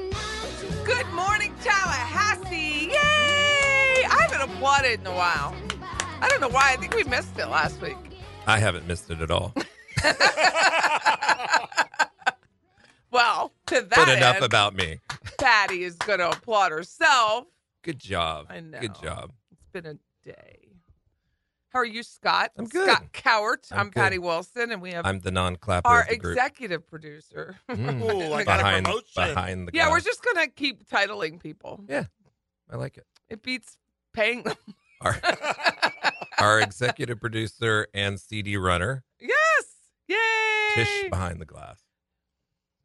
nine to Good morning, Tallahassee! Yay! I haven't applauded in a while. I don't know why. I think we missed it last week. I haven't missed it at all. Well, to that But enough end, about me. Patty is going to applaud herself. Good job. I know. Good job. It's been a day. How are you, Scott? I'm good. Scott Cowart. I'm, I'm good. Patty Wilson, and we have I'm the non-clapper our of the group. executive producer. Mm. Oh, I got a behind, promotion. behind the Yeah, we're glass. just going to keep titling people. Yeah. I like it. It beats paying them. Our, our executive producer and CD runner, yes! Yay! Tish behind the glass.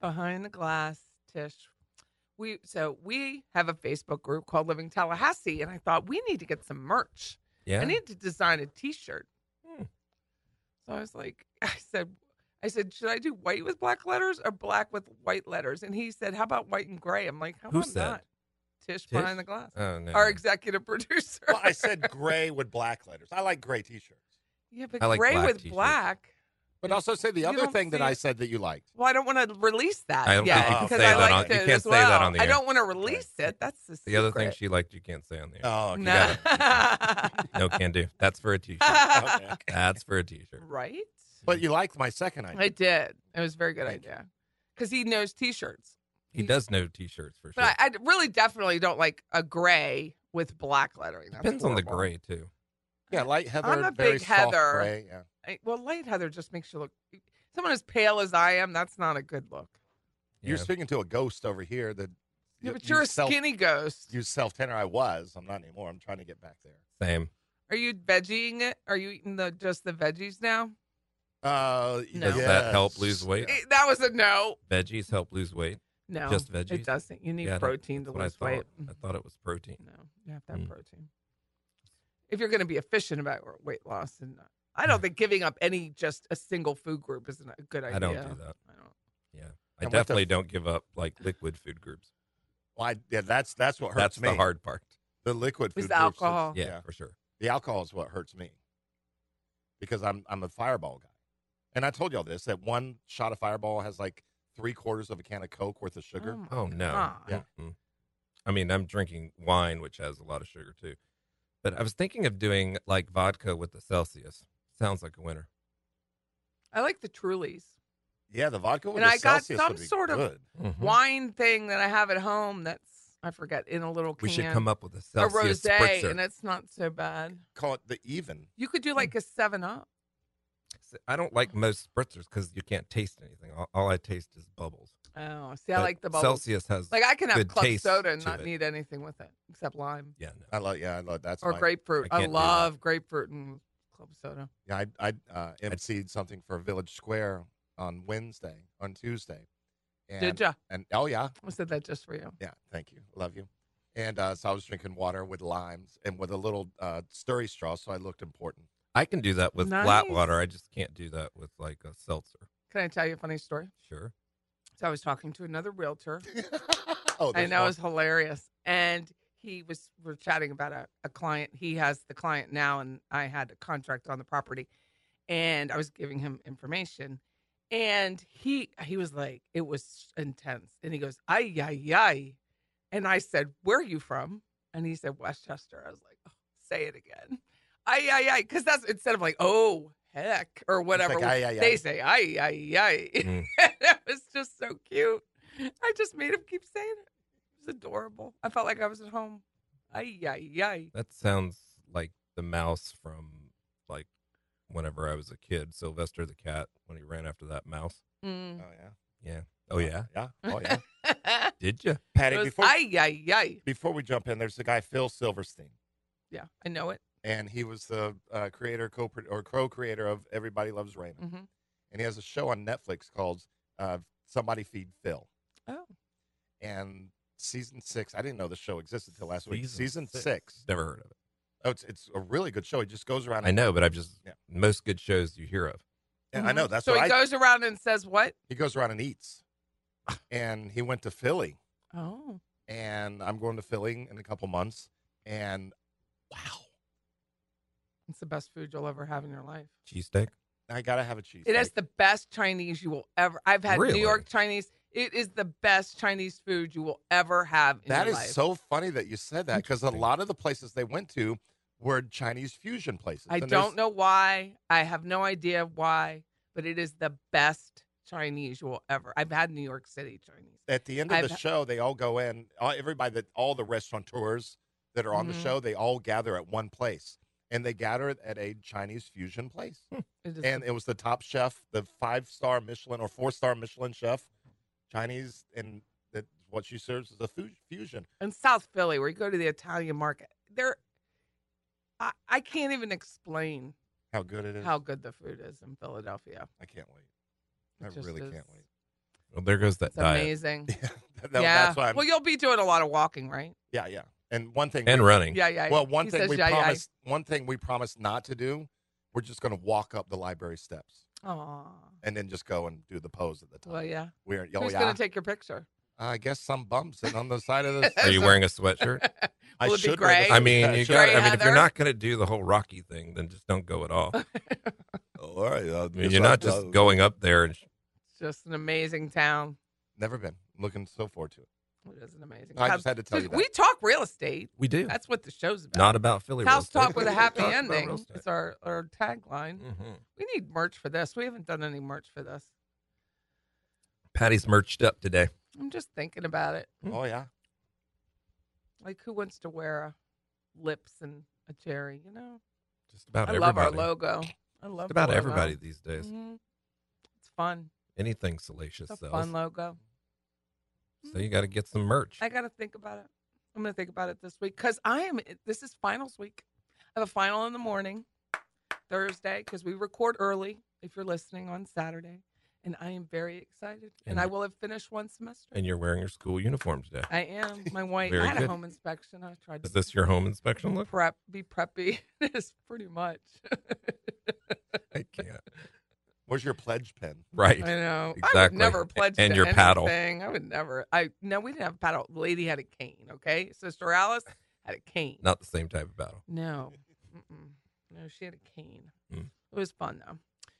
behind the glass tish we so we have a facebook group called living tallahassee and i thought we need to get some merch Yeah. i need to design a t-shirt Hmm. so i was like i said i said should i do white with black letters or black with white letters and he said how about white and gray i'm like how Who about said? not tish, Tish? behind the glass oh no. our executive producer Well, I said gray with black letters. I like gray t-shirts. yeah but I like gray black with t-shirts. black But also say the You other don't thing that see I it. said that you liked. well, I don't want to release that. I don't yet, think you can because say I that liked on- it you as can't say that well. on the I air. don't want to release it. That's the, the other thing secret. she liked you can't say on the air. Oh, okay. No. Oh. No can do. That's for a t-shirt. Got it. Okay. That's for a t-shirt. right? But you liked my second idea. I did. It was a very good Thank you. idea because he knows t-shirts. He does know t-shirts for sure. But I, I really definitely don't like a gray with black lettering. That's Depends on the horrible. gray too. Yeah, light heather. I'm a very big soft Heather. Gray. Yeah. I- well, light heather just makes you look. Someone as pale as I am, that's not a good look. You're Yeah. speaking to a ghost over here. That Yeah, you- but you you're a self- skinny ghost. You self tenor. I was. I'm not anymore. I'm trying to get back there. Same. Are you veggieing it? Are you eating the just the veggies now? Uh, No. Does that help lose weight? Eh, That was a no. Veggies help lose weight. No, Just veggies? It doesn't. You need Yeah, that- protein to That's what I lose thought. weight. I thought it was protein. No, you have to have Mm. protein. If you're going to be efficient about your weight loss, and I don't think giving up any just a single food group isn't a good idea. I don't do that. I don't. I And what the definitely f- don't give up like liquid food groups. Well, I, yeah, that's that's what hurts That's me. the hard part. The liquid food It's groups is- alcohol. Yeah, for sure. The alcohol is what hurts me because I'm I'm a fireball guy, and I told y'all this that one shot Mm. um, of fireball has like three quarters of a can of Coke worth of sugar. my Oh no. God. Yeah. Mm-mm. I mean, I'm drinking wine, which has a lot of sugar too. But I was thinking of doing like vodka with the Celsius. Sounds like a winner. I like the Trulies Yeah, the vodka with And the I got Celsius some would be sort of- good. Hmm. wine thing that I have at home. That's I forget in a little can. We should come up with a a Celsius rosé, spritzer. Hmm. and it's not so bad. Call it the even. You could do like a Seven Up. I don't like most spritzers because you can't taste anything. All, all I taste is bubbles. Oh, see, I But like the bubbles. Celsius has Like I can have good club taste soda and to not it. need anything with it except lime yeah. No. I love. Yeah, I love that's or my- grapefruit. I I, can't do that. love grapefruit and club soda. Yeah, I I uh, emceed something for Village Square on Wednesday, on Tuesday. And, Did ya? And oh yeah, I said that just for you. yeah. Thank you, love you. And uh, so I was drinking water with limes and with a little uh, stirry straw, so I looked important. I can do that with flat Nice. water. I just can't do that with like a seltzer. Can I tell you a funny story? Sure. So I was talking to another realtor. oh, I there's know one. it's hilarious. And he was we're chatting about a, a client. He has the client now and I had a contract on the property and I was giving him information. And he he was like, it was intense. And he goes, ay, ay, ay. And I said, Where are you from? And he said, Westchester. I was like, oh, say it again. Ay, ay, ay. Because that's instead of like, oh heck, or whatever. like, "Ay, ay, they ay." say ay ay ay. Mm. it was just so cute. I just made him keep saying it. It was adorable. I felt like I was at home. Ay ay ay. That sounds like the mouse from like whenever I was a kid, Sylvester the cat, when he ran after that mouse. Mm. Oh yeah. Oh yeah, Yeah. Oh yeah. it did you? Patty, was before ay ay ay. before we jump in, there's the guy Phil Silverstein, Yeah, I know it. and he was the uh, creator, co or co-creator of Everybody Loves Raymond. hmm Mm. and he has a show on Netflix called uh, "Somebody Feed Phil." Oh. And season six, I didn't know the show existed until last week. Season Season six. six, Never heard of it. oh, it's, it's a really good show. He just goes around. I know, but I've just Yeah. most good shows you hear of. and I know that's mm-hmm. So what he I, goes around and says what? he goes around and eats. and he went to Philly, Oh, and I'm going to Philly in a couple months. And wow, it's the best food you'll ever have in your life. Cheesesteak. I gotta have a cheese. It is the best Chinese you will ever. I've had Really? New York Chinese. It is the best Chinese food you will ever have in That your is life. so funny that you said that because a Interesting. lot of the places they went to were Chinese fusion places. I and there's- don't know why. I have no idea why, but it is the best Chinese you will ever. I've had New York City Chinese. at the end of the I've- show, they all go in. all- Everybody that all the restaurateurs that are on the Mhm. show, they all gather at one place, and they gather at a Chinese fusion place. It Hmm. is and the- it was the top chef, the five star Michelin or four star Michelin chef, Chinese, and that what she serves is a fu- fusion. in South Philly, where you go to the Italian market, there, I, I can't even explain How good it is! how good the food is in Philadelphia. I can't wait. It I just really can't is- wait. Well, there goes that It's diet amazing. Yeah, that- that- yeah. that's why. I'm, well, you'll be doing a lot of walking, right? yeah, yeah. And one thing, and running. Yeah, yeah. well, one He thing says, we yeah, yeah. promised, one thing we promised not to do, we're just going to walk up the library steps. Aw. Uh, and then just go and do the pose at the top. Well, yeah. We're oh, Who's yeah. gonna take your picture? I guess some bumps and on the side of this. Are you wearing a sweatshirt? I Will it be should wear this- gray? I mean, you should- got. Gray I mean, if you're Heather. not going to do the whole Rocky thing, then just don't go at all. I Oh, all right. I mean, you're not just going up there and It's just an amazing town. Never been looking so forward to it. It is an amazing. I town. just had to tell So you that. we talk real estate. we do. That's what the show's about. Not about Philly. real House estate. Talk with a Happy Talk about Ending. real estate. It's our, our tagline. Mhm. We need merch for this. We haven't done any merch for this. Patty's merched up today. I'm just thinking about it. oh yeah. Like, who wants to wear a lips and a cherry? You know, Just about I everybody. love our logo. I love Just the about logo. everybody these days. Mhm. It's fun. Anything salacious It's a sells. fun logo. So you got to get some merch. I got to think about it. I'm going to think about it this week because I am. This is finals week. I have a final in the morning, Thursday, because we record early. If you're listening on Saturday, and I am very excited, and, And I you- will have finished one semester. and you're wearing your school uniform today. I am my white. Very I had good. a home inspection. I tried Is to this your home inspection look? prep, be preppy. It's pretty much. I can't. Where's your pledge pen? Right. I know. I would Exactly. never pledge And to your paddle. anything. I would never. I no, we didn't have a paddle. The lady had a cane. Okay, Sister Alice had a cane. Not the same type of battle. No. Mm-mm. No, she had a cane. Mm. It was fun, though.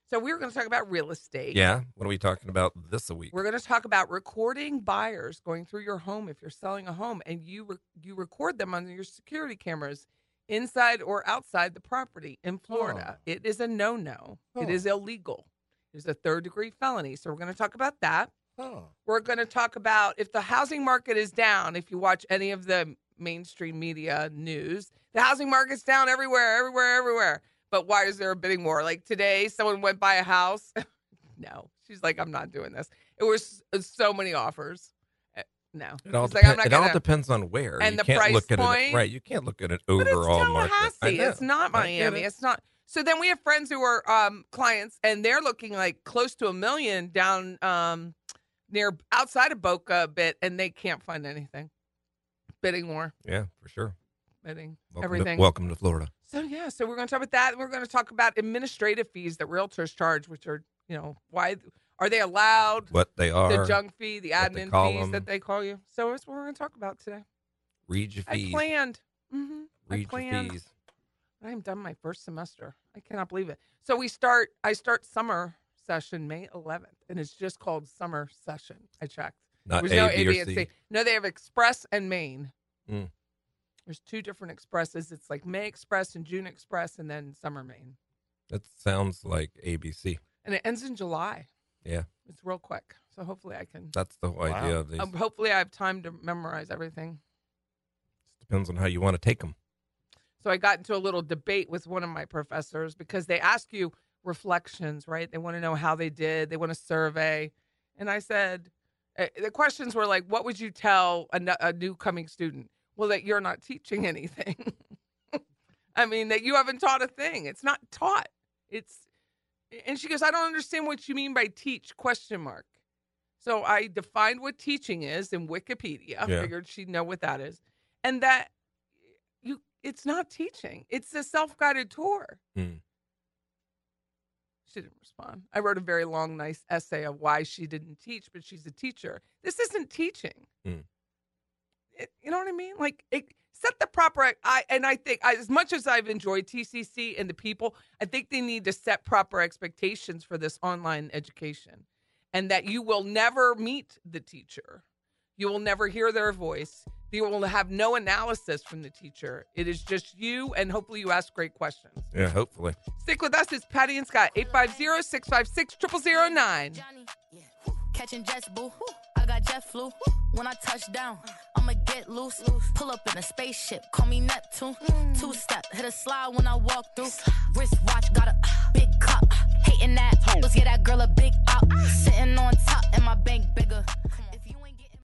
So we were going to talk about real estate. Yeah. What are we talking about this week? We're going to talk about recording buyers going through your home if you're selling a home and you re- you record them on your security cameras inside or outside the property in Oh. Florida. It is a no-no. It Huh. is illegal. It is a third-degree felony. So we're going to talk about that. Huh. We're going to talk about if the housing market is down, if you watch any of the mainstream media news, the housing market's down everywhere, everywhere, everywhere. But why is there a bidding war? Like today, someone went by a house. no, she's like, I'm not doing this. It was so many offers. Uh, No, It all, It's like, I'm depen- not it all gonna- depends on where And you the can't price look at point. It, right, you can't look at an but it's overall market. I Tallahassee. know. It's not I get Miami. it. It's not. So then we have friends who are um, clients, and they're looking like close to a million down um, near outside of Boca a bit, and they can't find anything. Bidding war, Yeah, for sure. bidding, Welcome everything. To, welcome to Florida. So yeah, so we're going to talk about that, and we're going to talk about administrative fees that realtors charge, which are you know why are they allowed? What they are. the junk fee, the what they admin call fees them. that they call you. So that's what we're going to talk about today. Read your I fees. planned. hmm I read your planned. fees. I am done my first semester. I cannot believe it. So we start. I start summer session May 11th, and it's just called summer session. I checked. Not There's A, no B, A, B, or and C. C. No, they have Express and Maine. Mm. There's two different expresses. It's like May Express and June Express, and then summer Maine. That sounds like ABC. and it ends in July. Yeah. It's real quick. So hopefully I can. That's the whole idea Wow. of these. Um, hopefully I have time to memorize everything. Depends on how you want to take them. So I got into a little debate with one of my professors because they ask you reflections, right? They want to know how they did. They want a survey, and I said eh, the questions were like, "What would you tell a, n- a new coming student?" Well, that you're not teaching anything. I mean, that you haven't taught a thing. It's not taught. It's and she goes, "I don't understand what you mean by teach?" Question mark. So I defined what teaching is in Wikipedia. I Yeah. figured she'd know what that is, and that you it's not teaching it's a self-guided tour Hmm. she didn't respond i wrote a very long nice essay of why she didn't teach but she's a teacher this isn't teaching Hmm. It- you know what i mean like it set the proper i and i think I, as much as i've enjoyed tcc and the people i think they need to set proper expectations for this online education and that you will never meet the teacher you will never hear their voice. You will have no analysis from the teacher. It is just you, and hopefully, you ask great questions. Yeah, hopefully. Stick with us. It's Patty and Scott, 850 656 0009. Johnny. Catching jets, boo. I got jet flu. When I touch down, I'ma get loose. Pull up in a spaceship, call me Neptune. Two step, hit a slide when I walk through. Wrist watch, got a uh, big cup. Hating that, let's get that girl a big up. Sitting on top, and my bank bigger. If you ain't getting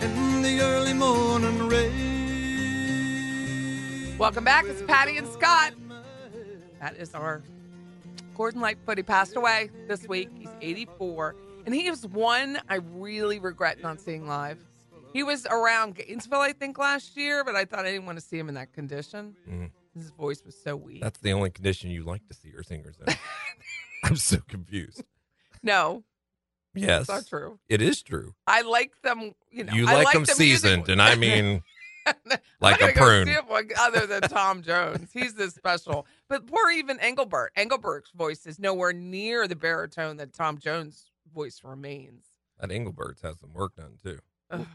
in the early morning rain. Welcome back. It's Patty and Scott. That is our Gordon Lightfoot. He passed away this week. He's 84. And he was one I really regret not seeing live. He was around Gainesville, I think, last year, but I thought I didn't want to see him in that condition. Mhm. His voice was so weak. That's the only condition you like to see your singers in. I'm so confused. no, Yes. that's not true. It is true. I like them, you know. you I like, them the music- seasoned, and I mean I'm like not gonna a go prune. see it like- other than Tom Jones, he's this special. But poor even Engelbert. Engelbert's voice is nowhere near the baritone that Tom Jones' voice remains. That Engelbert's has some work done too. Ugh.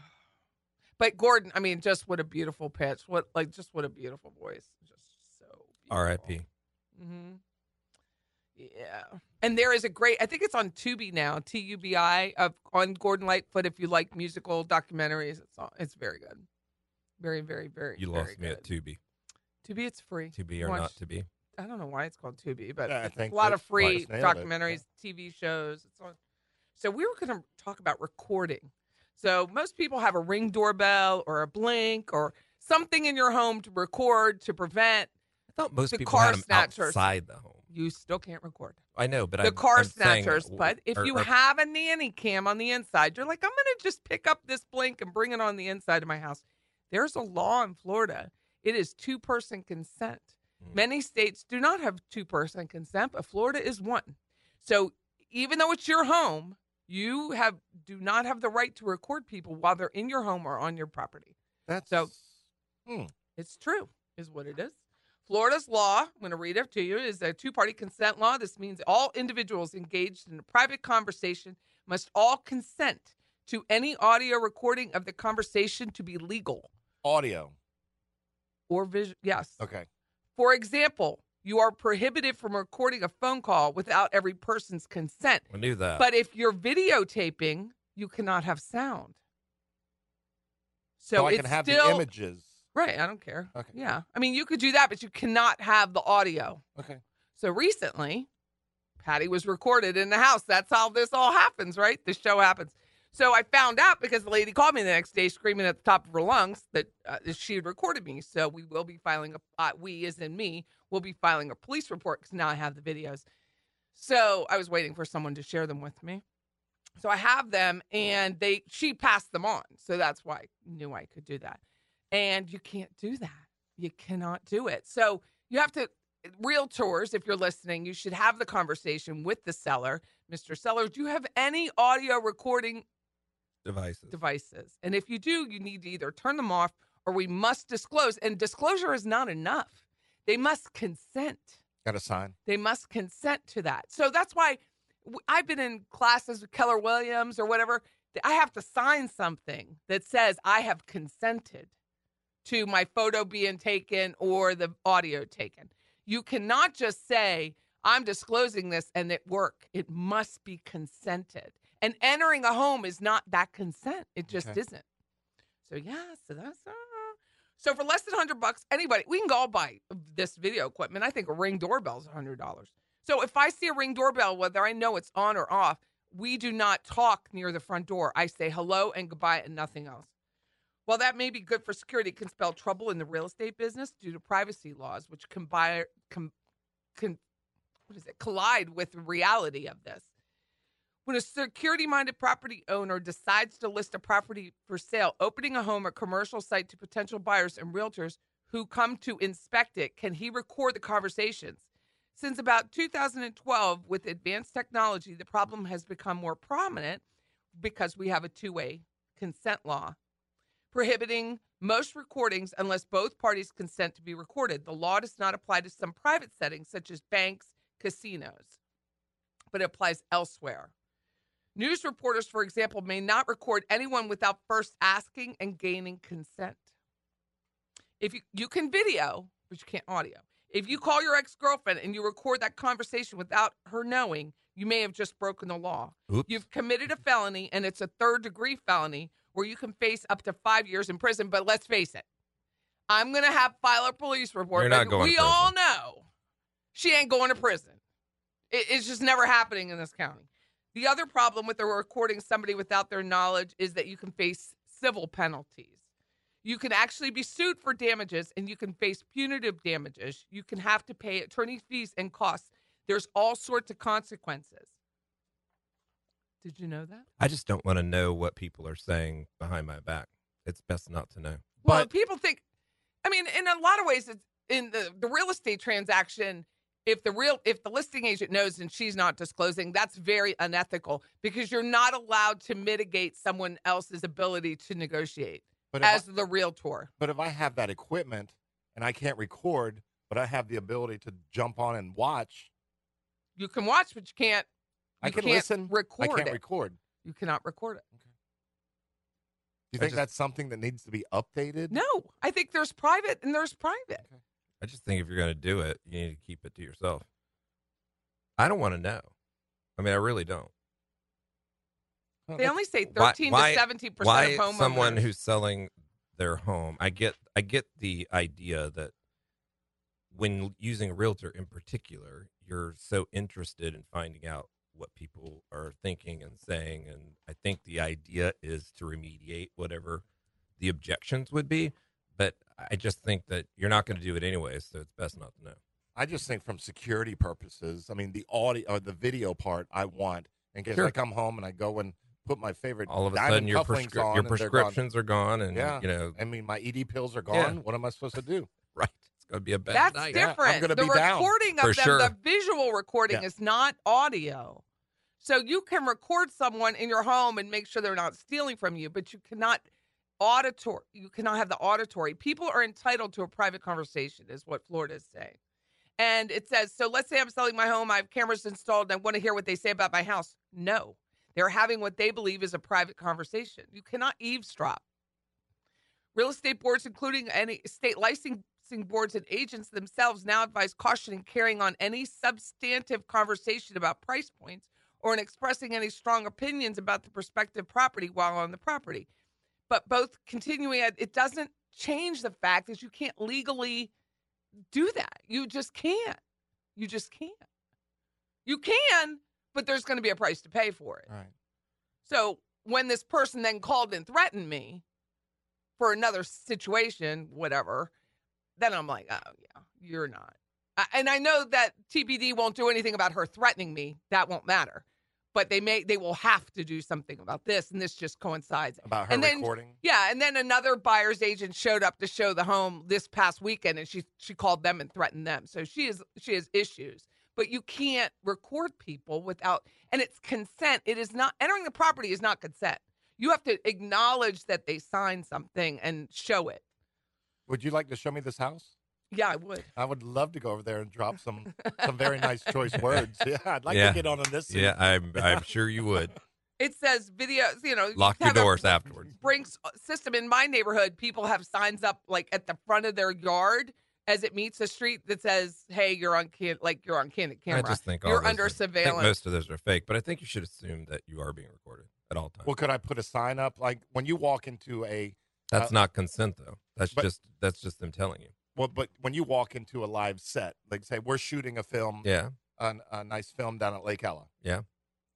But Gordon, I mean, just what a beautiful pitch. What like just what a beautiful voice. Just so. beautiful. R.I.P. hmm Yeah. And there is a great, I think it's on Tubi now, T U B I, of on Gordon Lightfoot. If you like musical documentaries, it's on, it's very good. Very, very, very. You very lost me at good. Tubi. Tubi. It's free. Tubi or Watch- not Tubi? I don't know why it's called Tubi, but Yeah, I it's think a lot that- of free Mike's nailed it. documentaries, TV shows. It's on. So we were going to talk about recording. So most people have a ring doorbell or a blink or something in your home to record to prevent. I thought most The people had car 'em snatchers. outside the home. You still can't record. I know, but the I'm, car I'm saying- snatchers. but if or- you or- have a nanny cam on the inside, you're like, I'm going to just pick up this blink and bring it on the inside of my house. There's a law in Florida. It is two person consent. Mm. Many states do not have two person consent, but Florida is one. So even though it's your home, You have do not have the right to record people while they're in your home or on your property. That's So- Hmm. It's true, is what it is. Florida's law, I'm going to read it to you, is a two party consent law. This means all individuals engaged in a private conversation must all consent to any audio recording of the conversation to be legal audio. or visual. Yes. Okay. For example, you are prohibited from recording a phone call without every person's consent. I knew that. But if you're videotaping, you cannot have sound. So, So, Oh, I it's can have still the images. right. I don't care. Okay. Yeah, I mean, you could do that, but you cannot have the audio. Okay. So recently, Patty was recorded in the house. That's how this all happens, right? The show happens. So I found out because the lady called me the next day screaming at the top of her lungs that uh, that she had recorded me. So we will be filing a uh, we as in me will be filing a police report because now I have the videos. So I was waiting for someone to share them with me. So I have them, and they she passed them on. So that's why I knew I could do that. And you can't do that. You cannot do it. So you have to realtors, if you're listening, you should have the conversation with the seller. Mr. Seller, do you have any audio recording Devices. devices? And if you do, you need to either turn them off or we must disclose. And disclosure is not enough. They must consent. Got a sign. They must consent to that. So that's why w- I've been in classes with Keller Williams or whatever. that I have to sign something that says I have consented to my photo being taken or the audio taken. You cannot just say, I'm disclosing this and it work. It must be consented. And entering a home is not that consent. It just Okay. isn't. So yeah, so that's uh, so for less than hundred bucks, anybody we can go all buy this video equipment. I think a ring doorbell's hundred dollars. So if I see a ring doorbell, whether I know it's on or off, we do not talk near the front door. I say hello and goodbye and nothing else. While that may be good for security, it can spell trouble in the real estate business due to privacy laws, which combi- com- con- what is it? collide with the reality of this. When a security minded property owner decides to list a property for sale, opening a home or commercial site to potential buyers and realtors who come to inspect it, can he record the conversations? Since about 2012, with advanced technology, the problem has become more prominent because we have a two way consent law prohibiting most recordings unless both parties consent to be recorded. The law does not apply to some private settings, such as banks, casinos, but it applies elsewhere. News reporters, for example, may not record anyone without first asking and gaining consent. If you, you can video, but you can't audio. If you call your ex girlfriend and you record that conversation without her knowing, you may have just broken the law. Oops. You've committed a felony, and it's a third degree felony where you can face up to five years in prison. But let's face it, I'm going to have file a police report. You're not but going to we prison. all know she ain't going to prison. It- it's just never happening in this county. The other problem with the recording somebody without their knowledge is that you can face civil penalties. You can actually be sued for damages and you can face punitive damages. You can have to pay attorney fees and costs. There's all sorts of consequences. Did you know that? I just don't want to know what people are saying behind my back. It's best not to know. Well, But- people think. I mean, in a lot of ways, it's in the, the real estate transaction. If the real if the listing agent knows and she's not disclosing, that's very unethical because you're not allowed to mitigate someone else's ability to negotiate But if, as I, the realtor. but if I have that equipment and I can't record, but I have the ability to jump on and watch, You can watch, but you can't. I you can can't listen. Record I can't it. record. Do you cannot record it. you I think just- that's something that needs to be updated? No, I think there's private and there's private. I just think if you're going to do it, you need to keep it to yourself. I don't want to know. I mean, I really don't. Well, They that's- only say Why- 13 why- to 17 Why percent of homeowners. someone who's selling their home? I get, I get the idea that when using a realtor in particular, you're so interested in finding out what people are thinking and saying, and I think the idea is to remediate whatever the objections would be. But I just think that you're not going to do it anyway, so it's best not to know. I just think from security purposes, I mean, the audio or the video part I want in case Sure. I come home and I go and put my favorite all of a diamond sudden your, cufflinks prescri- on your and they're gone. prescriptions are gone and Yeah. you know I mean, my ED pills are Yeah. gone. What am I supposed to do? right it's going to be a bad That's night Yeah, I'm different. gonna the be down. recording For of them, sure. the visual recording Yeah. is not audio. So you can record someone in your home and make sure they're not stealing from you, but you cannot auditory you cannot have the auditory. People are entitled to a private conversation is what Florida is saying. And it says, so let's say I'm selling my home, I have cameras installed, and I want to hear what they say about my house. No. They're having what they believe is a private conversation. You cannot eavesdrop. Real estate boards, including any state licensing boards and agents themselves, now advise caution in carrying on any substantive conversation about price points or in expressing any strong opinions about the prospective property while on the property. But both continuing, uh, it it doesn't change the fact that you can't legally do that. You just can't. You just can't. You can, but there's going to be a price to pay for it. All right. So when this person then called and threatened me for another situation, whatever, then I'm like, oh yeah, you're not. I- And I know that TBD won't do anything about her threatening me. That won't matter. But they may, they will have to do something about this, and this just coincides. About her And then- recording. Yeah, and then another buyer's agent showed up to show the home this past weekend, and she she called them and threatened them. So she is she has issues. But you can't record people without, and it's consent. It is not entering the property is not consent. You have to acknowledge that they signed something and show it. Would you like to show me this house? Yeah, I would. I would love to go over there and drop some some very nice choice words. Yeah, I'd like Yeah. to get on in this. Yeah, I'm I'm sure you would. It says videos. You know, Lock your have a doors afterwards. Brinks uh, system in my neighborhood. People have signs up like at the front of their yard as it meets the street that says, "Hey, you're on can like you're on candid camera." I just think all You're those under are- I think surveillance. most of those are fake, but I think you should assume that you are being recorded at all times. Well, could I put a sign up like when you walk into a that's uh, not consent though. That's but- just that's just them telling you. well, but when you walk into a live set, like say we're shooting a film, Yeah. an- a, nice film down at Lake Ella. Yeah.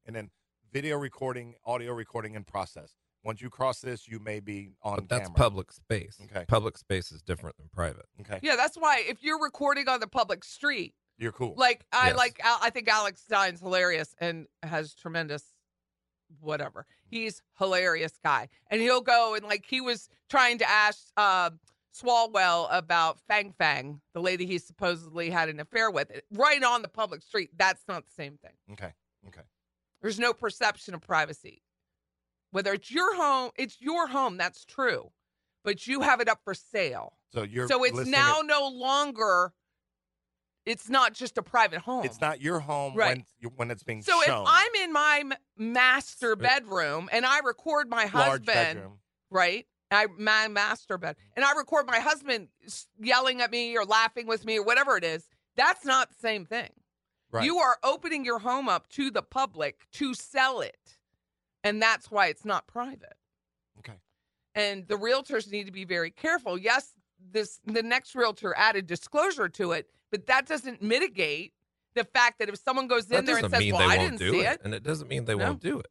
and then video recording, audio recording in process. Once you cross this, you may be on But that's camera. public space. Okay. Public space is different than private. Okay, Yeah, that's why if you're recording on the public street, you're cool. like I Yes. like Al- I think Alex Stein's hilarious and has tremendous whatever. He's hilarious guy. And he'll go and like he was trying to ask um Swalwell about Fang Fang, the lady he supposedly had an affair with, eh, right on the public street. That's not the same thing. okay, okay. There's no perception of privacy. Whether it's your home, it's your home, that's true. But you have it up for sale So you're so it's listing now it- no longer it's not just a private home It's not your home Right. when you- when it's being so if shown. i'm in my m- master bedroom and i record my large husband bedroom. right I, my master bed and i record my husband s- yelling at me or laughing with me or whatever it is that's not the same thing Right. you are opening your home up to the public to sell it and that's why it's not private Okay. and the realtors need to be very careful. Yes, this the next realtor added disclosure to it, but that doesn't mitigate the fact that if someone goes in That there and doesn't says, mean "Well, they I didn't won't do see it. it," And it doesn't mean they No. won't do it.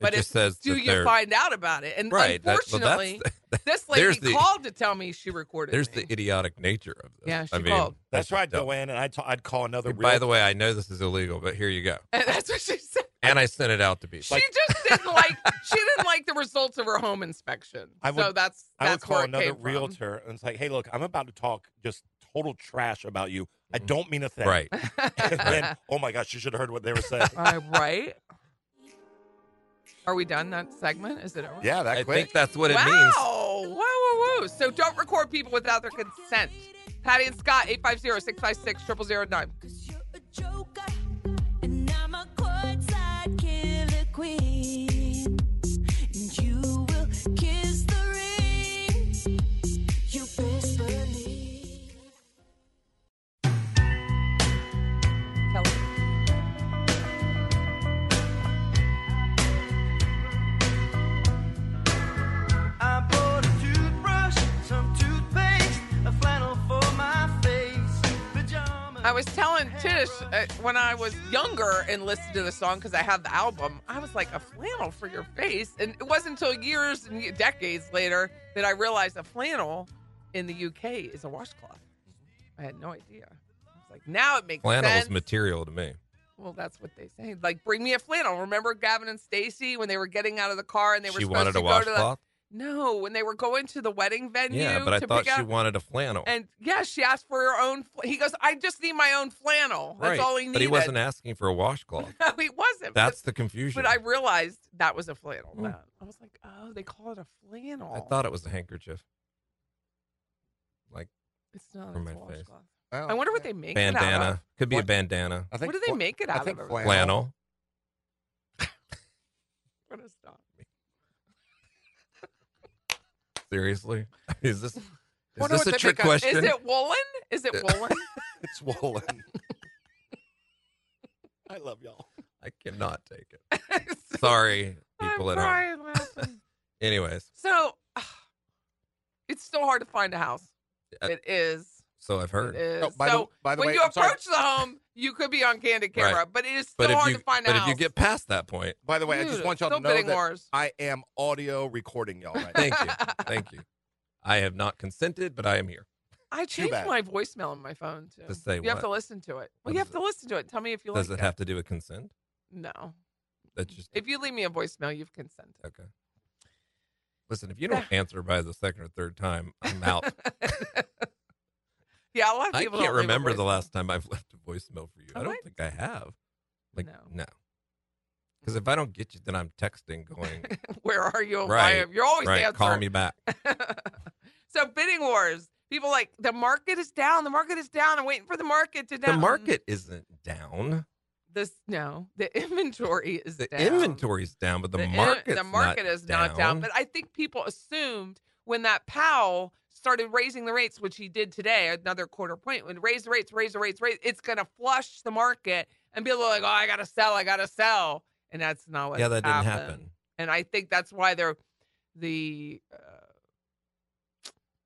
But it if- just says do that you they're- find out about it? And right. that- well, that's- unfortunately, this there's lady the- called to tell me she recorded. There's me. the idiotic nature of this. Yeah, I she mean, called. That's right. dumb. Go in and I'd, t- I'd call another. By real- the way, I know this is illegal, but here you go. And that's what she said. And I sent it out to people. she just didn't like. She didn't like the results of her home inspection. I so would- that's I that's would call where it another came from. realtor and it's like, hey, look, I'm about to talk just total trash about you. I don't mean a thing. right. and then, oh my gosh, you should have heard what they were saying. Uh, right. Are we done that segment? Is it over? yeah, that I quick. think that's what it wow. means. Whoa, whoa, whoa. So don't record people without their consent. Patty and Scott, 850 656 0009. Cause you're a joker, and I'm a courtside killer queen. And you will kiss the ring. You best believe. Kelly. I bought a toothbrush, some toothpaste, a flannel for my face, pajamas. I was telling Tish uh, when I was younger and listened to the song because I have the album, I was like, a flannel for your face. And it wasn't until years and ye- decades later that I realized a flannel in the UK is a washcloth. I had no idea. I was like, now it makes Flannel sense. is material to me. Well, that's what they say. Like, bring me a flannel. Remember Gavin and Stacy when they were getting out of the car and they were she supposed wanted to a go to the washcloth. no when they were going to the wedding venue. Yeah, but I to thought pick she out, wanted a flannel. and yeah, she asked for her own. Fl- he goes, I just need my own flannel. That's right. all he needed. But he wasn't asking for a washcloth. No, he wasn't. it. That's the confusion. But I realized that was a flannel. Mm. bag. I was like, oh, they call it a flannel. I thought it was a handkerchief. Like it's not. from it's a my face. washcloth. I Oh, wonder what they make it out of. bandana. Could be a What? bandana. I What do they fla- make it I out think of? flannel. Flannel. I'm gonna stop. Seriously? Is this is Wonder this what a they trick make out- question? Is it woolen? Is it Yeah. woolen? It's swollen. I love y'all. I cannot take it. Sorry, people I'm at home. crying laughing. Anyways, So it's still hard to find a house. Uh, it is. so I've It heard. is. No, Oh, by the- so by the when way, you I'm sorry. approach the home, you could be on candid Right. camera, but it is still But if hard you to find a but if house. you get past that point, By the way, I Dude, just want y'all to still know bidding that wars. I am audio recording y'all right now. thank you. Thank you. I have not consented, but I am here. I changed bad. my voicemail on my phone too. To say you what? have to listen to it. Well, What you does have to listen to it. Tell me if you Does like it have to do with consent? No. That's just If you leave me a voicemail, you've consented. okay. Listen, if you don't answer by the second or third time, I'm out. yeah, a lot of I people don't can't leave a remember the voicemail. last time I've left a voicemail for you. Oh, I don't I- think I have. Like No. Mm. no. Because if I don't get you, then I'm texting going, Where are you? Why Right, am- You're always right, answering. call me back. so bidding wars. People like the market is down. The market is down. I'm waiting for the market to down. The market isn't down. This no. The inventory is The down. inventory's down, but the, in- market the market is not down. But I think people assumed when that Powell started raising the rates, which he did today, another quarter point, when raise the rates, raise the rates, raise, it's going to flush the market, and people are like, "Oh, I got to sell, I got to sell," and that's not what. yeah, that didn't happened. happen. and I think that's why they're the uh,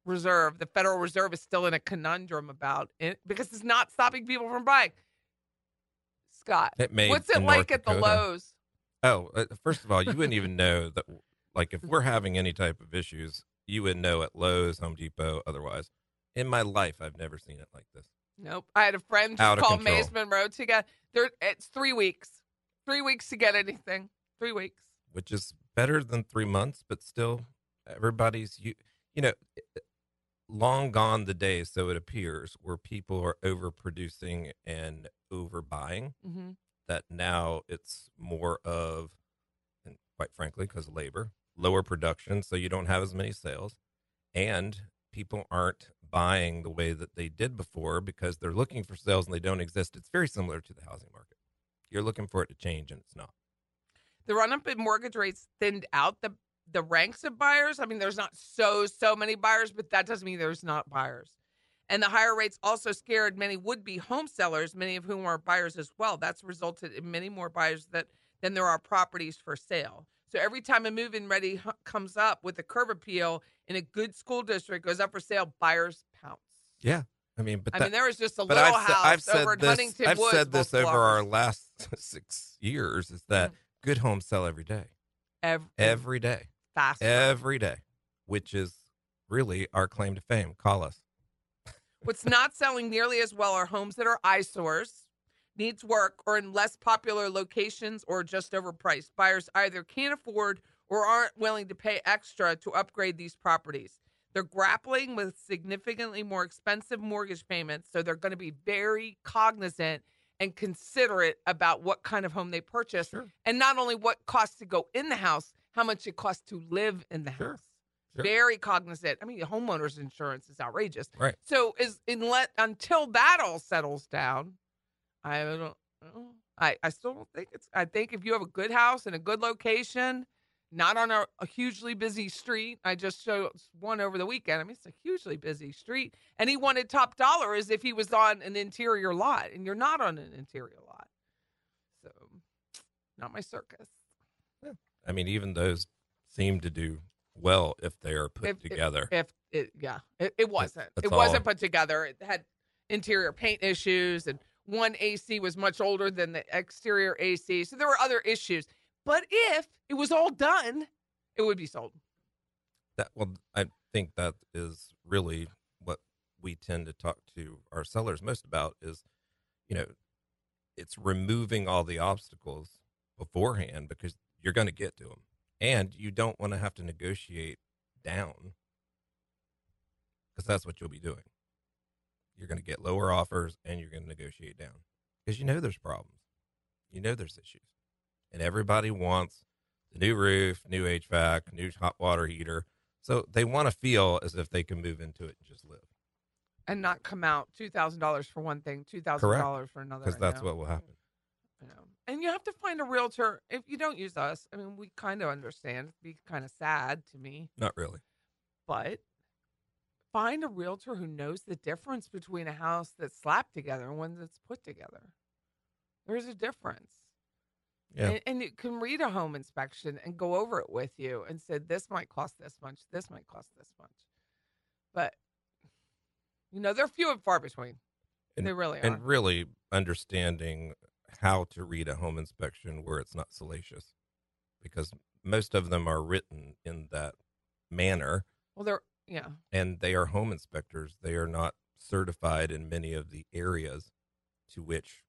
reserve, the Federal Reserve, is still in a conundrum about it because it's not stopping people from buying. Scott, It made what's it in like North at the Dakota. lows? Oh, uh, first of all, you wouldn't even know that. Like, if we're having any type of issues, you would know at Lowe's, Home Depot, otherwise. In my life, I've never seen it like this. Nope. I had a friend Out just of call control. Mays Monroe to get there. It's three weeks. Three weeks to get anything. Three weeks. which is better than three months, but still, everybody's you you know, long gone the days. So it appears where people are overproducing and overbuying. Mm-hmm. That now it's more of, and quite frankly, because of labor, lower production, so you don't have as many sales, and people aren't buying the way that they did before because they're looking for sales and they don't exist. It's very similar to the housing market. You're looking for it to change, and it's not. The run up in mortgage rates thinned out the the ranks of buyers. I mean, there's not so so many buyers, but that doesn't mean there's not buyers. And the higher rates also scared many would be home sellers, many of whom are buyers as well. That's resulted in many more buyers that than there are properties for sale. So every time a move in ready hu- comes up with a curb appeal in a good school district goes up for sale, buyers pounce. Yeah, I mean, but I that, mean, there was just a but little I've, house sa- I've said over in this, Huntington I've Woods. said this over multiple our hours. last six years is Mm. that good homes sell every day, every, every day, fast. every day, which is really our claim to fame. Call us. What's not selling nearly as well are homes that are eyesores, needs work, or in less popular locations or just overpriced. Buyers either can't afford or aren't willing to pay extra to upgrade these properties. They're grappling with significantly more expensive mortgage payments, so they're going to be very cognizant and considerate about what kind of home they purchase and not only what costs to go in the house, how much it costs to live in the house. Sure. Sure. Very cognizant. I mean, homeowners insurance is outrageous. Right. So is inlet until that all settles down. I don't. know. I I still don't think it's. I think if you have a good house in a good location, not on a, a hugely busy street. I just showed one over the weekend. I mean, it's a hugely busy street, and he wanted top dollar as if he was on an interior lot, and you're not on an interior lot. So, not my circus. I mean, even those seem to do well if they are put If- if- together. If it, yeah, it, it wasn't. that's it wasn't all. put together. It had interior paint issues, and one AC was much older than the exterior AC. So there were other issues. But if it was all done, it would be sold. that well, I think that is really what we tend to talk to our sellers most about is, you know, it's removing all the obstacles beforehand because you're going to get to them, and you don't want to have to negotiate down because that's what you'll be doing. You're going to get lower offers, and you're going to negotiate down because you know there's problems, you know there's issues, and everybody wants the new roof, new HVAC, new hot water heater. So they want to feel as if they can move into it and just live and not come out two thousand dollars for one thing, two thousand dollars for another. because I that's know. what will happen. I know. And you have to find a realtor. If you don't use us, I mean, we kind of understand. It'd be kind of sad to me, Not really. but find a realtor who knows the difference between a house that's slapped together and one that's put together. There's a difference. Yeah. And, and you can read a home inspection and go over it with you and say, this might cost this much, this might cost this much. But, you know, they're few and far between. they really are. and really understanding how to read a home inspection where it's not salacious because most of them are written in that manner well, they're, yeah. and they are home inspectors they are not certified in many of the areas to which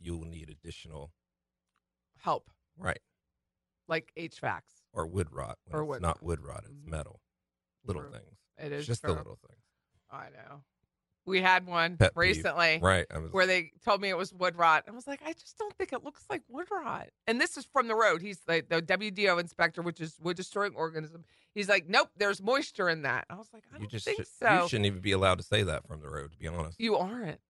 you'll need additional help, right like HVACs. or wood rot when Or it's wood not rot. wood rot it's Mhm. metal little True. things It It's is just true. the little things I know. We had one Pet peeve. recently right I was, where they told me it was wood rot. I was like, I just don't think it looks like wood rot. And this is from the road. He's like the WDO inspector, which is wood destroying organism. He's like, nope, there's moisture in that. I was like, I you don't just think should, so. you shouldn't even be allowed to say that from the road to be honest you aren't.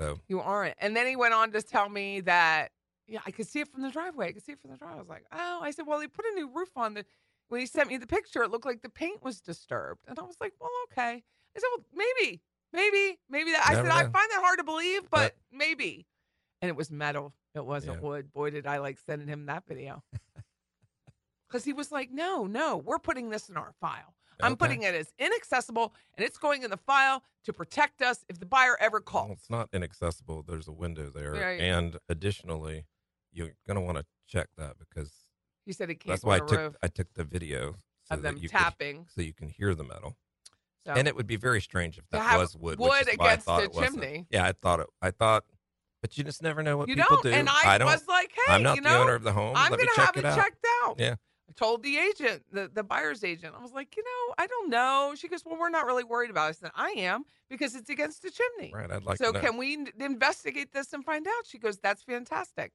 so You aren't. And then he went on to tell me that, yeah, I could see it from the driveway. I could see it from the driveway. I was like, oh, I said, well, he put a new roof on. The when he sent me the picture, it looked like the paint was disturbed, and I was like, well, okay. I said, well, maybe, maybe, maybe that. I Never said, I know. find that hard to believe, but But- maybe. And it was metal. It wasn't Yeah. wood. Boy, did I like sending him that video. Because he was like, no, no, we're putting this in our file. I'm okay. putting it as inaccessible, and it's going in the file to protect us if the buyer ever Well, calls. it's not inaccessible. There's a window there, Yeah, yeah. and additionally, you're gonna want to check that because He said he can't. that's why I go took to roof I took the video so of that them you tapping. could, so you can hear the metal. So And it would be very strange if To that have was wood. wood which is why I against thought a it wasn't. chimney. Yeah, I thought it. I thought, but you just never know what you people don't. do. And I, don't. was like, hey, I'm not you the know, owner of the home. I'm Let me gonna check have it it out. checked out. Yeah. I told the agent, the, the buyer's agent, I was like, you know, I don't know. She goes, well, we're not really worried about it. I said, I am because it's against the chimney. Right. I'd like so to know. can we n- investigate this and find out? She goes, that's fantastic.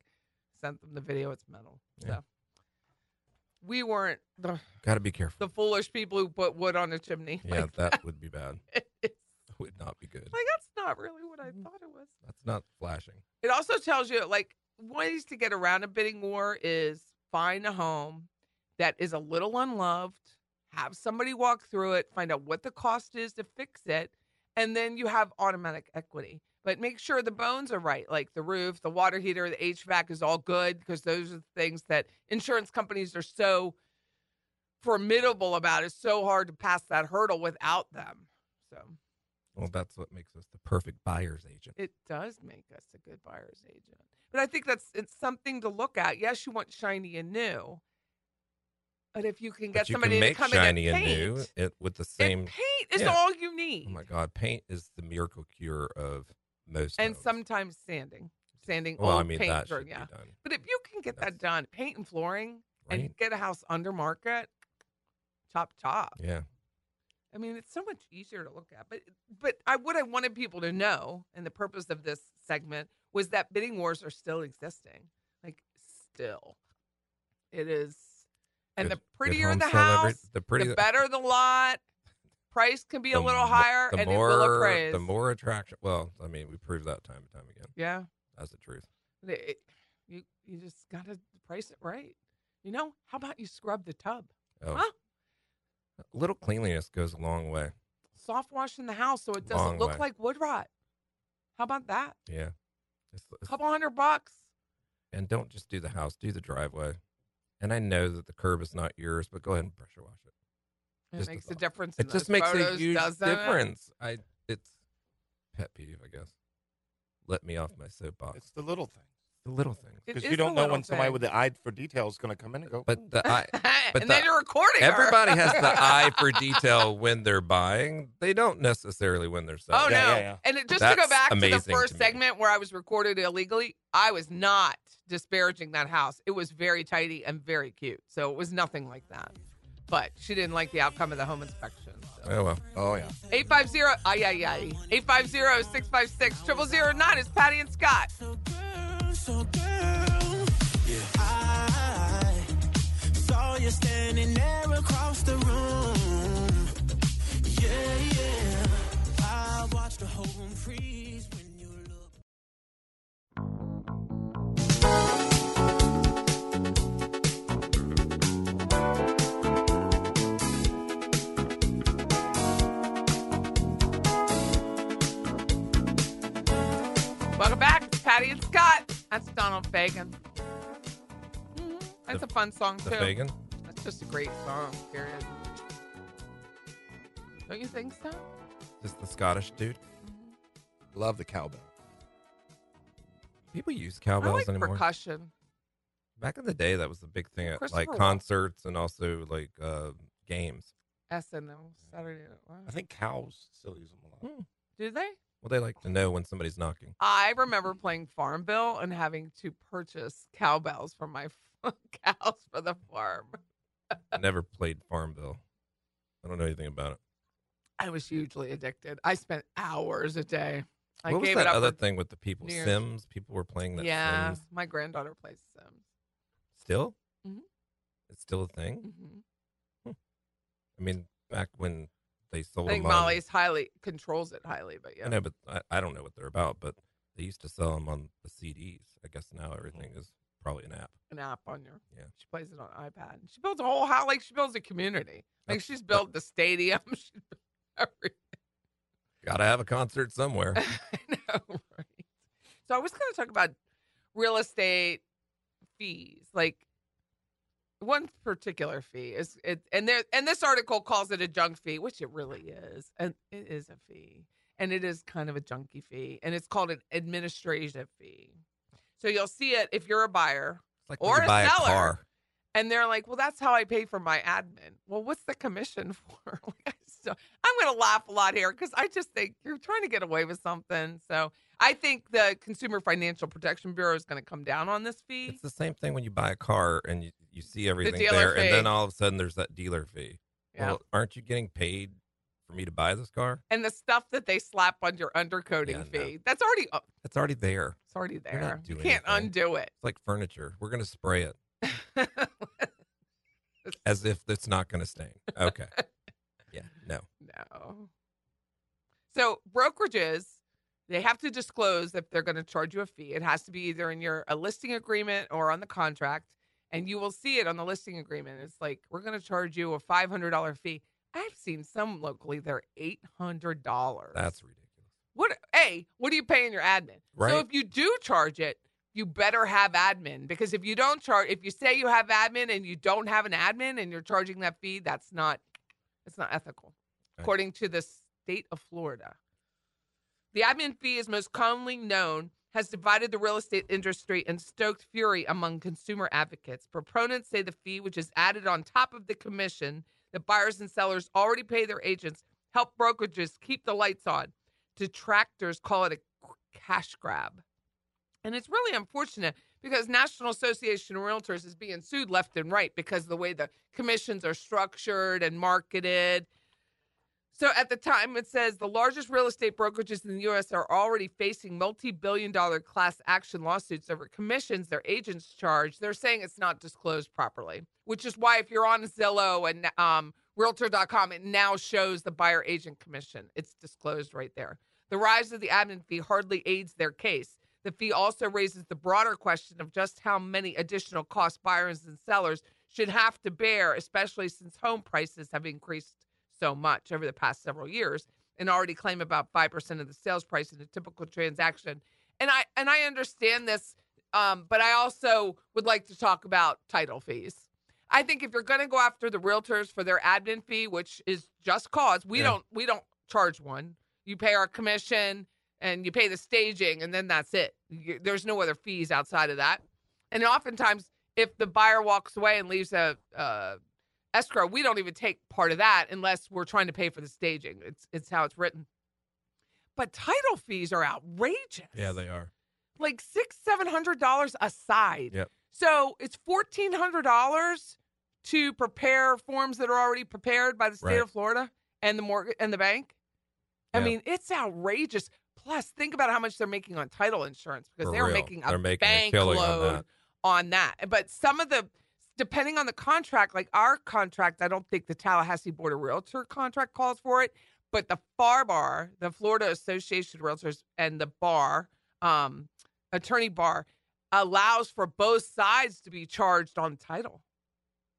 Sent them the video. It's metal. Yeah. So we weren't the, Got to be careful. the foolish people who put wood on a chimney. yeah, Like, that would be bad. it's Would not be good. like that's not really what I Mm. thought it was. That's not flashing. It also tells you like ways to get around a bidding war is find a home that is a little unloved, have somebody walk through it, find out what the cost is to fix it, and then you have automatic equity. But make sure the bones are right, like the roof, the water heater, the HVAC is all good because those are the things that insurance companies are so formidable about. It's so hard to pass that hurdle without them. So. Well, that's what makes us the perfect buyer's agent. It does make us a good buyer's agent. But I think that's it's something to look at. Yes, you want shiny and new. But if you can But get you somebody can make to come shiny in and, and paint, new and it, with the same paint is yeah. all you need. Oh my God, paint is the miracle cure of most. and homes. sometimes sanding. Sanding well, old I mean paint that through, should yeah. be done, But if you can get that That's- done, paint and flooring right? and get a house under market, chop chop. yeah, I mean, it's so much easier to look at. But but I what I wanted people to know, and the purpose of this segment was that bidding wars are still existing. Like still. It is and Good- the good prettier home the cell every- house, the prettier, the better the lot. Price can be a the little mo- higher the and more, it will appraise. The more attraction. Well, I mean, we proved that time and time again. yeah. That's the truth. But it- it- you you just gotta price it right. You know, how about you scrub the tub? Oh, Huh? a little cleanliness goes a long way. Soft wash in the house so it doesn't Long look way. like wood rot. How about that? Yeah, It's- it's- Couple hundred bucks. and don't just do the house, do the driveway. And I know that the curb is not yours, but go ahead and pressure wash it. It Just a makes a thought. difference. in It just those makes a photos, huge doesn't it? difference. I it's pet peeve, I guess. Let me off my soapbox. It's the little thing the little things. It because is you the don't know when little somebody thing. with the eye for detail is going to come in and go. But the eye, but and then the- you're recording. her. everybody has the eye for detail when they're buying. They don't necessarily when they're Oh selling. no! Yeah, yeah, yeah. And it, just to go That's back to the amazing to first me. segment where I was recorded illegally, I was not disparaging that house. It was very tidy and very cute, so it was nothing like that. But she didn't like the outcome of the home inspection. So. Oh well. oh yeah. 850 ay, ay, ay. 850 656 0009 is Patty and Scott. So girl, so girl, yeah. I across the room. Yeah, yeah. I watch the whole room freeze when you look. Welcome back. It's Patty and Scott. That's Donald Fagan. Mhm. That's The- a fun song, The too. Fagan? That's just a great song, period. Don't you think so? Just the Scottish dude? Love the cowbell. People use I cowbells like anymore. percussion. Back in the day, that was the big thing at like Christopher Walken. concerts and also like uh, games. SNL, Saturday Night I Live. think cows still use them a lot. Do they? Well, they like to know when somebody's knocking. I remember playing Farm Bill and having to purchase cowbells from my cows for the farm. I never played Farm Bill. I don't know anything about it. I was hugely addicted. I spent hours a day. I what was gave that it up other for- thing with the people? New Year's. Sims. People were playing that. Yeah, Sims. my granddaughter plays Sims. Still. Mhm. It's still a thing. hmm I mean, back when they sold. I think them on- Molly's highly controls it highly, but yeah. I know, but I, I don't know what they're about. But they used to sell them on the CDs. I guess Mm-hmm. now everything is probably an app. an app on your. Yeah. She plays it on iPad. She builds a whole house. Like she builds a community. Like That's- she's built the stadium. She's built everything. Gotta have a concert somewhere. I know, right? So I was going to talk about real estate fees, like one particular fee is it, and there, and this article calls it a junk fee, which it really is, and it is a fee, and it is kind of a junky fee, and it's called an administrative fee. So you'll see it if you're a buyer, It's like Or when a you buy seller. a car. and they're like, "Well, that's how I pay for my admin." Well, what's the commission for? like, I so, I'm going to laugh a lot here because I just think you're trying to get away with something. So I think the Consumer Financial Protection Bureau is going to come down on this fee. It's the same thing when you buy a car and you, you see everything dealer there, fee. and then all of a sudden there's that dealer fee. Yeah. Well, aren't you getting paid for me to buy this car? and the stuff that they slap on your undercoating Yeah, no. fee that's already oh, It's already there. it's already not there. You doing can't anything. undo it. It's like furniture. We're gonna spray it as if it's not gonna stain. Okay. yeah. No. no. So brokerages, they have to disclose if they're going to charge you a fee. It has to be either in your a listing agreement or on the contract, and you will see it on the listing agreement. It's like we're going to charge you a five hundred dollar fee. I've seen some locally; they're eight hundred dollars. That's ridiculous. what a what are you paying your admin so Right. if you do charge it you better have admin because if you don't charge if you say you have admin and you don't have an admin and you're charging that fee that's not it's not ethical Right. according to the state of florida the admin fee is most commonly known has divided the real estate industry and stoked fury among consumer advocates proponents say the fee which is added on top of the commission that buyers and sellers already pay their agents help brokerages keep the lights on detractors call it a cash grab. And it's really unfortunate because National Association of Realtors is being sued left and right because of the way the commissions are structured and marketed. So at the time, it says the largest real estate brokerages in the U.S. are already facing multi billion dollar class action lawsuits over commissions their agents charge. They're saying it's not disclosed properly, which is why if you're on Zillow and um, Realtor.com, it now shows the buyer agent commission. It's disclosed right there. The rise of the admin fee hardly aids their case. The fee also raises the broader question of just how many additional costs buyers and sellers should have to bear, especially since home prices have increased so much over the past several years and already claim about 5% of the sales price in a typical transaction. And I and I understand this um, but I also would like to talk about title fees. I think if you're going to go after the realtors for their admin fee, which is just cause, we Yeah. don't we don't charge one. You pay our commission and you pay the staging, and then that's it. You, there's no other fees outside of that. And oftentimes, if the buyer walks away and leaves a uh, escrow, we don't even take part of that unless we're trying to pay for the staging. It's it's how it's written. But title fees are outrageous are. like six, seven hundred dollars a side. Yep. So it's fourteen hundred dollars to prepare forms that are already prepared by the state Right. of Florida and the mortgage and the bank. I Yeah. mean, it's outrageous. Plus, think about how much they're making on title insurance because For they're real. making a They're making a bank killing on load on that. But some of the depending on the contract, like our contract, I don't think the Tallahassee Board of Realtor contract calls for it, but the FAR bar, the Florida Association of Realtors, and the bar, um, attorney bar, allows for both sides to be charged on title.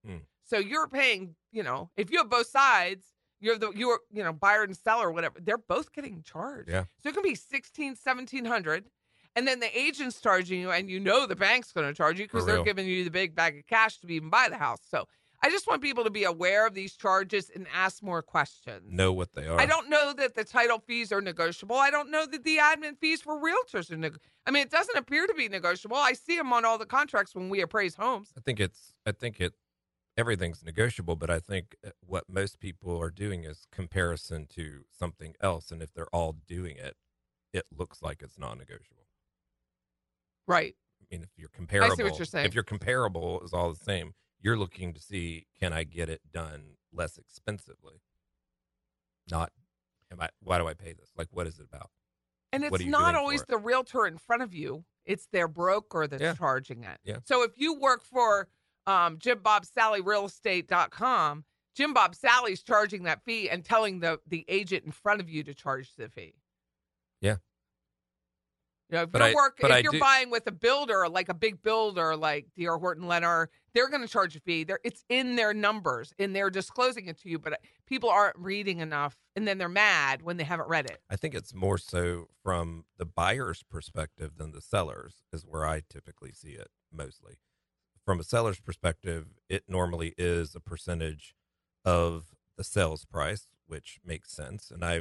Hmm. So you're paying, you know, if you have both sides, you're the you're you know buyer and seller, whatever. They're both getting charged. Yeah. So it can be sixteen, seventeen hundred. And then the agent's charging you, and you know the bank's going to charge you because For they're real. giving you the big bag of cash to even buy the house. So I just want people to be aware of these charges and ask more questions. Know what they are. I don't know that the title fees are negotiable. I don't know that the admin fees for realtors are. Neg- I mean, it doesn't appear to be negotiable. I see them on all the contracts when we appraise homes. I think it's I think it everything's negotiable, but I think uh, what most people are doing is comparison to something else, and if they're all doing it, it looks like it's non-negotiable. Right. I mean, if you're comparable, you're saying. if you're comparable is all the same, you're looking to see can I get it done less expensively? Not am I? Why do I pay this? Like, what is it about? And What it's are you not doing always for it? the realtor in front of you. It's their broker that's Yeah. charging it. Yeah. So if you work for um, Jim Bob Sally Real Estate.com, Jim Bob Sally's charging that fee and telling the, the agent in front of you to charge the fee. Yeah. You know, if But you're I- work, if but I you're do- buying with a builder, like a big builder, like D.R. Horton Leonard, they're going to charge a fee. They're, it's in their numbers, and they're disclosing it to you. But people aren't reading enough, and then they're mad when they haven't read it. I think it's more so from the buyer's perspective than the seller's is where I typically see it mostly. From a seller's perspective, it normally is a percentage of the sales price, which makes sense. And I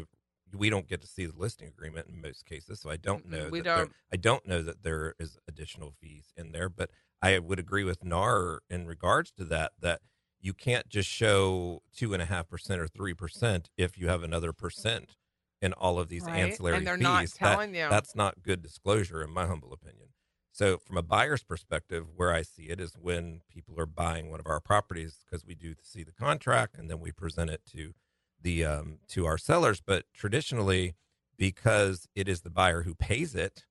we don't get to see the listing agreement in most cases, so I don't Mm-mm, know. we that there- don't. I don't know that there is additional fees in there, but I would agree with NAR in regards to that that you can't just show two and a half percent or three percent if you have another percent in all of these Right, ancillary and they're fees. not That- telling you. That's not good disclosure, in my humble opinion. So, from a buyer's perspective, where I see it is when people are buying one of our properties because we do see the contract and then we present it to the um, to our sellers. But traditionally, because it is the buyer who pays it,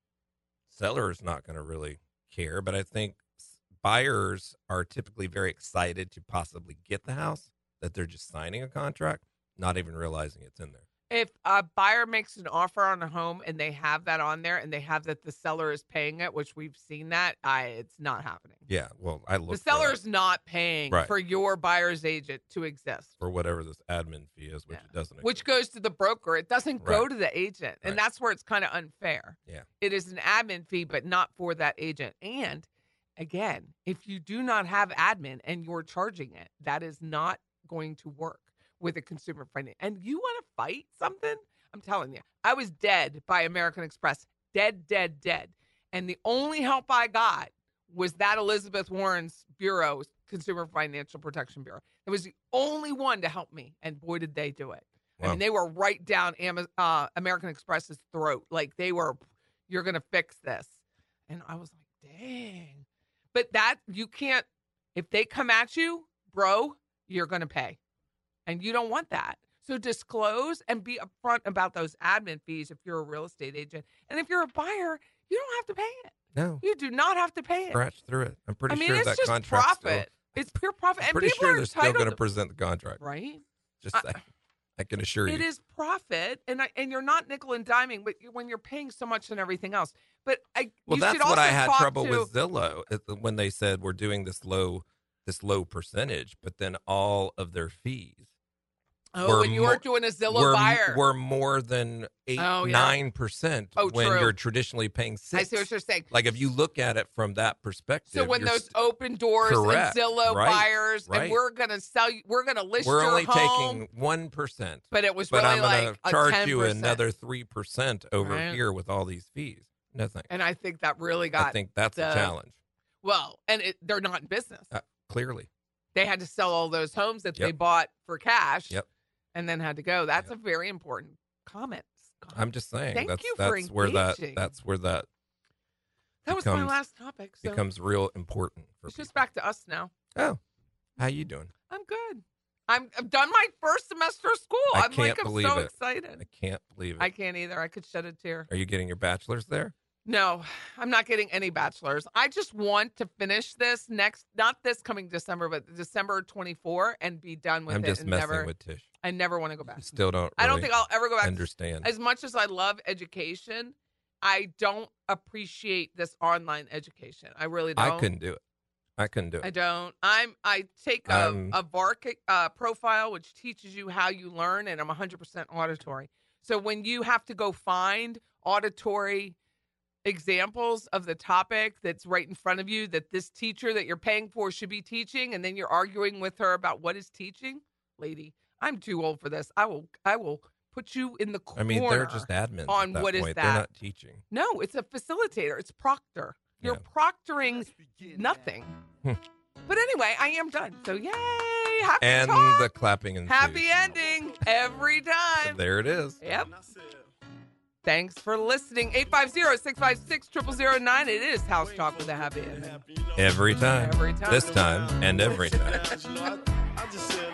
seller is not going to really care. But I think s- buyers are typically very excited to possibly get the house that they're just signing a contract, not even realizing it's in there. if a buyer makes an offer on a home and they have that on there and they have that the seller is paying it, which we've seen that, I it's not happening. Yeah, well, I look The for that. seller's not paying Right. for your buyer's agent to exist, for whatever this admin fee is, which Yeah. it doesn't. which exist. goes to the broker. It doesn't go Right. to the agent. And Right. that's where it's kind of unfair. Yeah. It is an admin fee, but not for that agent. And again, if you do not have admin and you're charging it, that is not going to work with a consumer finance. And you want to fight something? I'm telling you, I was dead by American Express, dead, dead, dead. And the only help I got was that Elizabeth Warren's bureau, Consumer Financial Protection Bureau. It was the only one to help me. And boy, did they do it. I Wow. mean, they were right down Amaz- uh, American Express's throat. Like they were, you're going to fix this. And I was like, dang. But that, you can't, if they come at you, bro, you're going to pay. And you don't want that. So disclose and be upfront about those admin fees if you're a real estate agent. And if you're a buyer, you don't have to pay it. no You do not have to pay it. scratch through it. I'm pretty I mean, sure it's that just contract. profit. It's pure profit. I'm And pretty people sure are they're still entitled going to to- present the contract. right? Just I- saying. I can assure It you. is profit, and I, and you're not nickel and diming, but you- when you're paying so much and everything else, but I well, you that's should also what I had talk trouble to, with Zillow is that when they said we're doing this low, this low percentage, but then all of their fees Oh, were when you more- are doing a Zillow were, buyer, were more than eight, Oh, yeah. nine percent Oh, when true. you're traditionally paying six. I see what you're saying. like if you look at it from that perspective, So when you're those oh, st- open doors Correct. and Zillow Right. buyers, Right. and we're gonna sell you, we're gonna list we're your only home, taking one percent. but it was but really I'm going like to a charge you 10%. another three percent over Right. here with all these fees. No thanks. And I think that really I got think that's the- a challenge. well, and it, they're not in business. Uh, clearly, they had to sell all those homes that they Yep. bought for cash Yep. and then had to go. That's a very important comment. Scott. I'm just saying Thank that's you for that's where that engaging. that's where that that was my becomes- last topic. So becomes real important for it's people. just back to us now. Oh, how you doing? I'm good. I'm, I've done my first semester of school. I am like, can't I'm believe so it. excited. I can't believe it. I can't either. I could shed a tear. Are you getting your bachelor's there? No, I'm not getting any bachelors. I just want to finish this next, not this coming December, but December 24, and be done with I'm it. just and messing never, with Tish. I never want to go back. I still don't. I don't really think I'll ever go back. understand. As much as I love education, I don't appreciate this online education. I really don't. I couldn't do it. I couldn't do it. I don't. I'm. I take a, Um, a VARC uh, profile, which teaches you how you learn, and I'm 100% auditory. So when you have to go find auditory examples of the topic that's right in front of you that this teacher that you're paying for should be teaching, and then you're arguing with her about what is teaching, lady, I'm too old for this. I will. I will put you in the corner. I mean, they're just admins. on at that what is point. that. They're not teaching. No, it's a facilitator. It's proctor. You're proctoring nothing. Hmm. but anyway, I am done. So yay! Happy And talk. the clapping and happy ending every time. There it is. Yep. Thanks for listening. 850-656-0009. It is House Talk with a Happy Ending. Every time. Every time. Hmm. This time and every time. I just said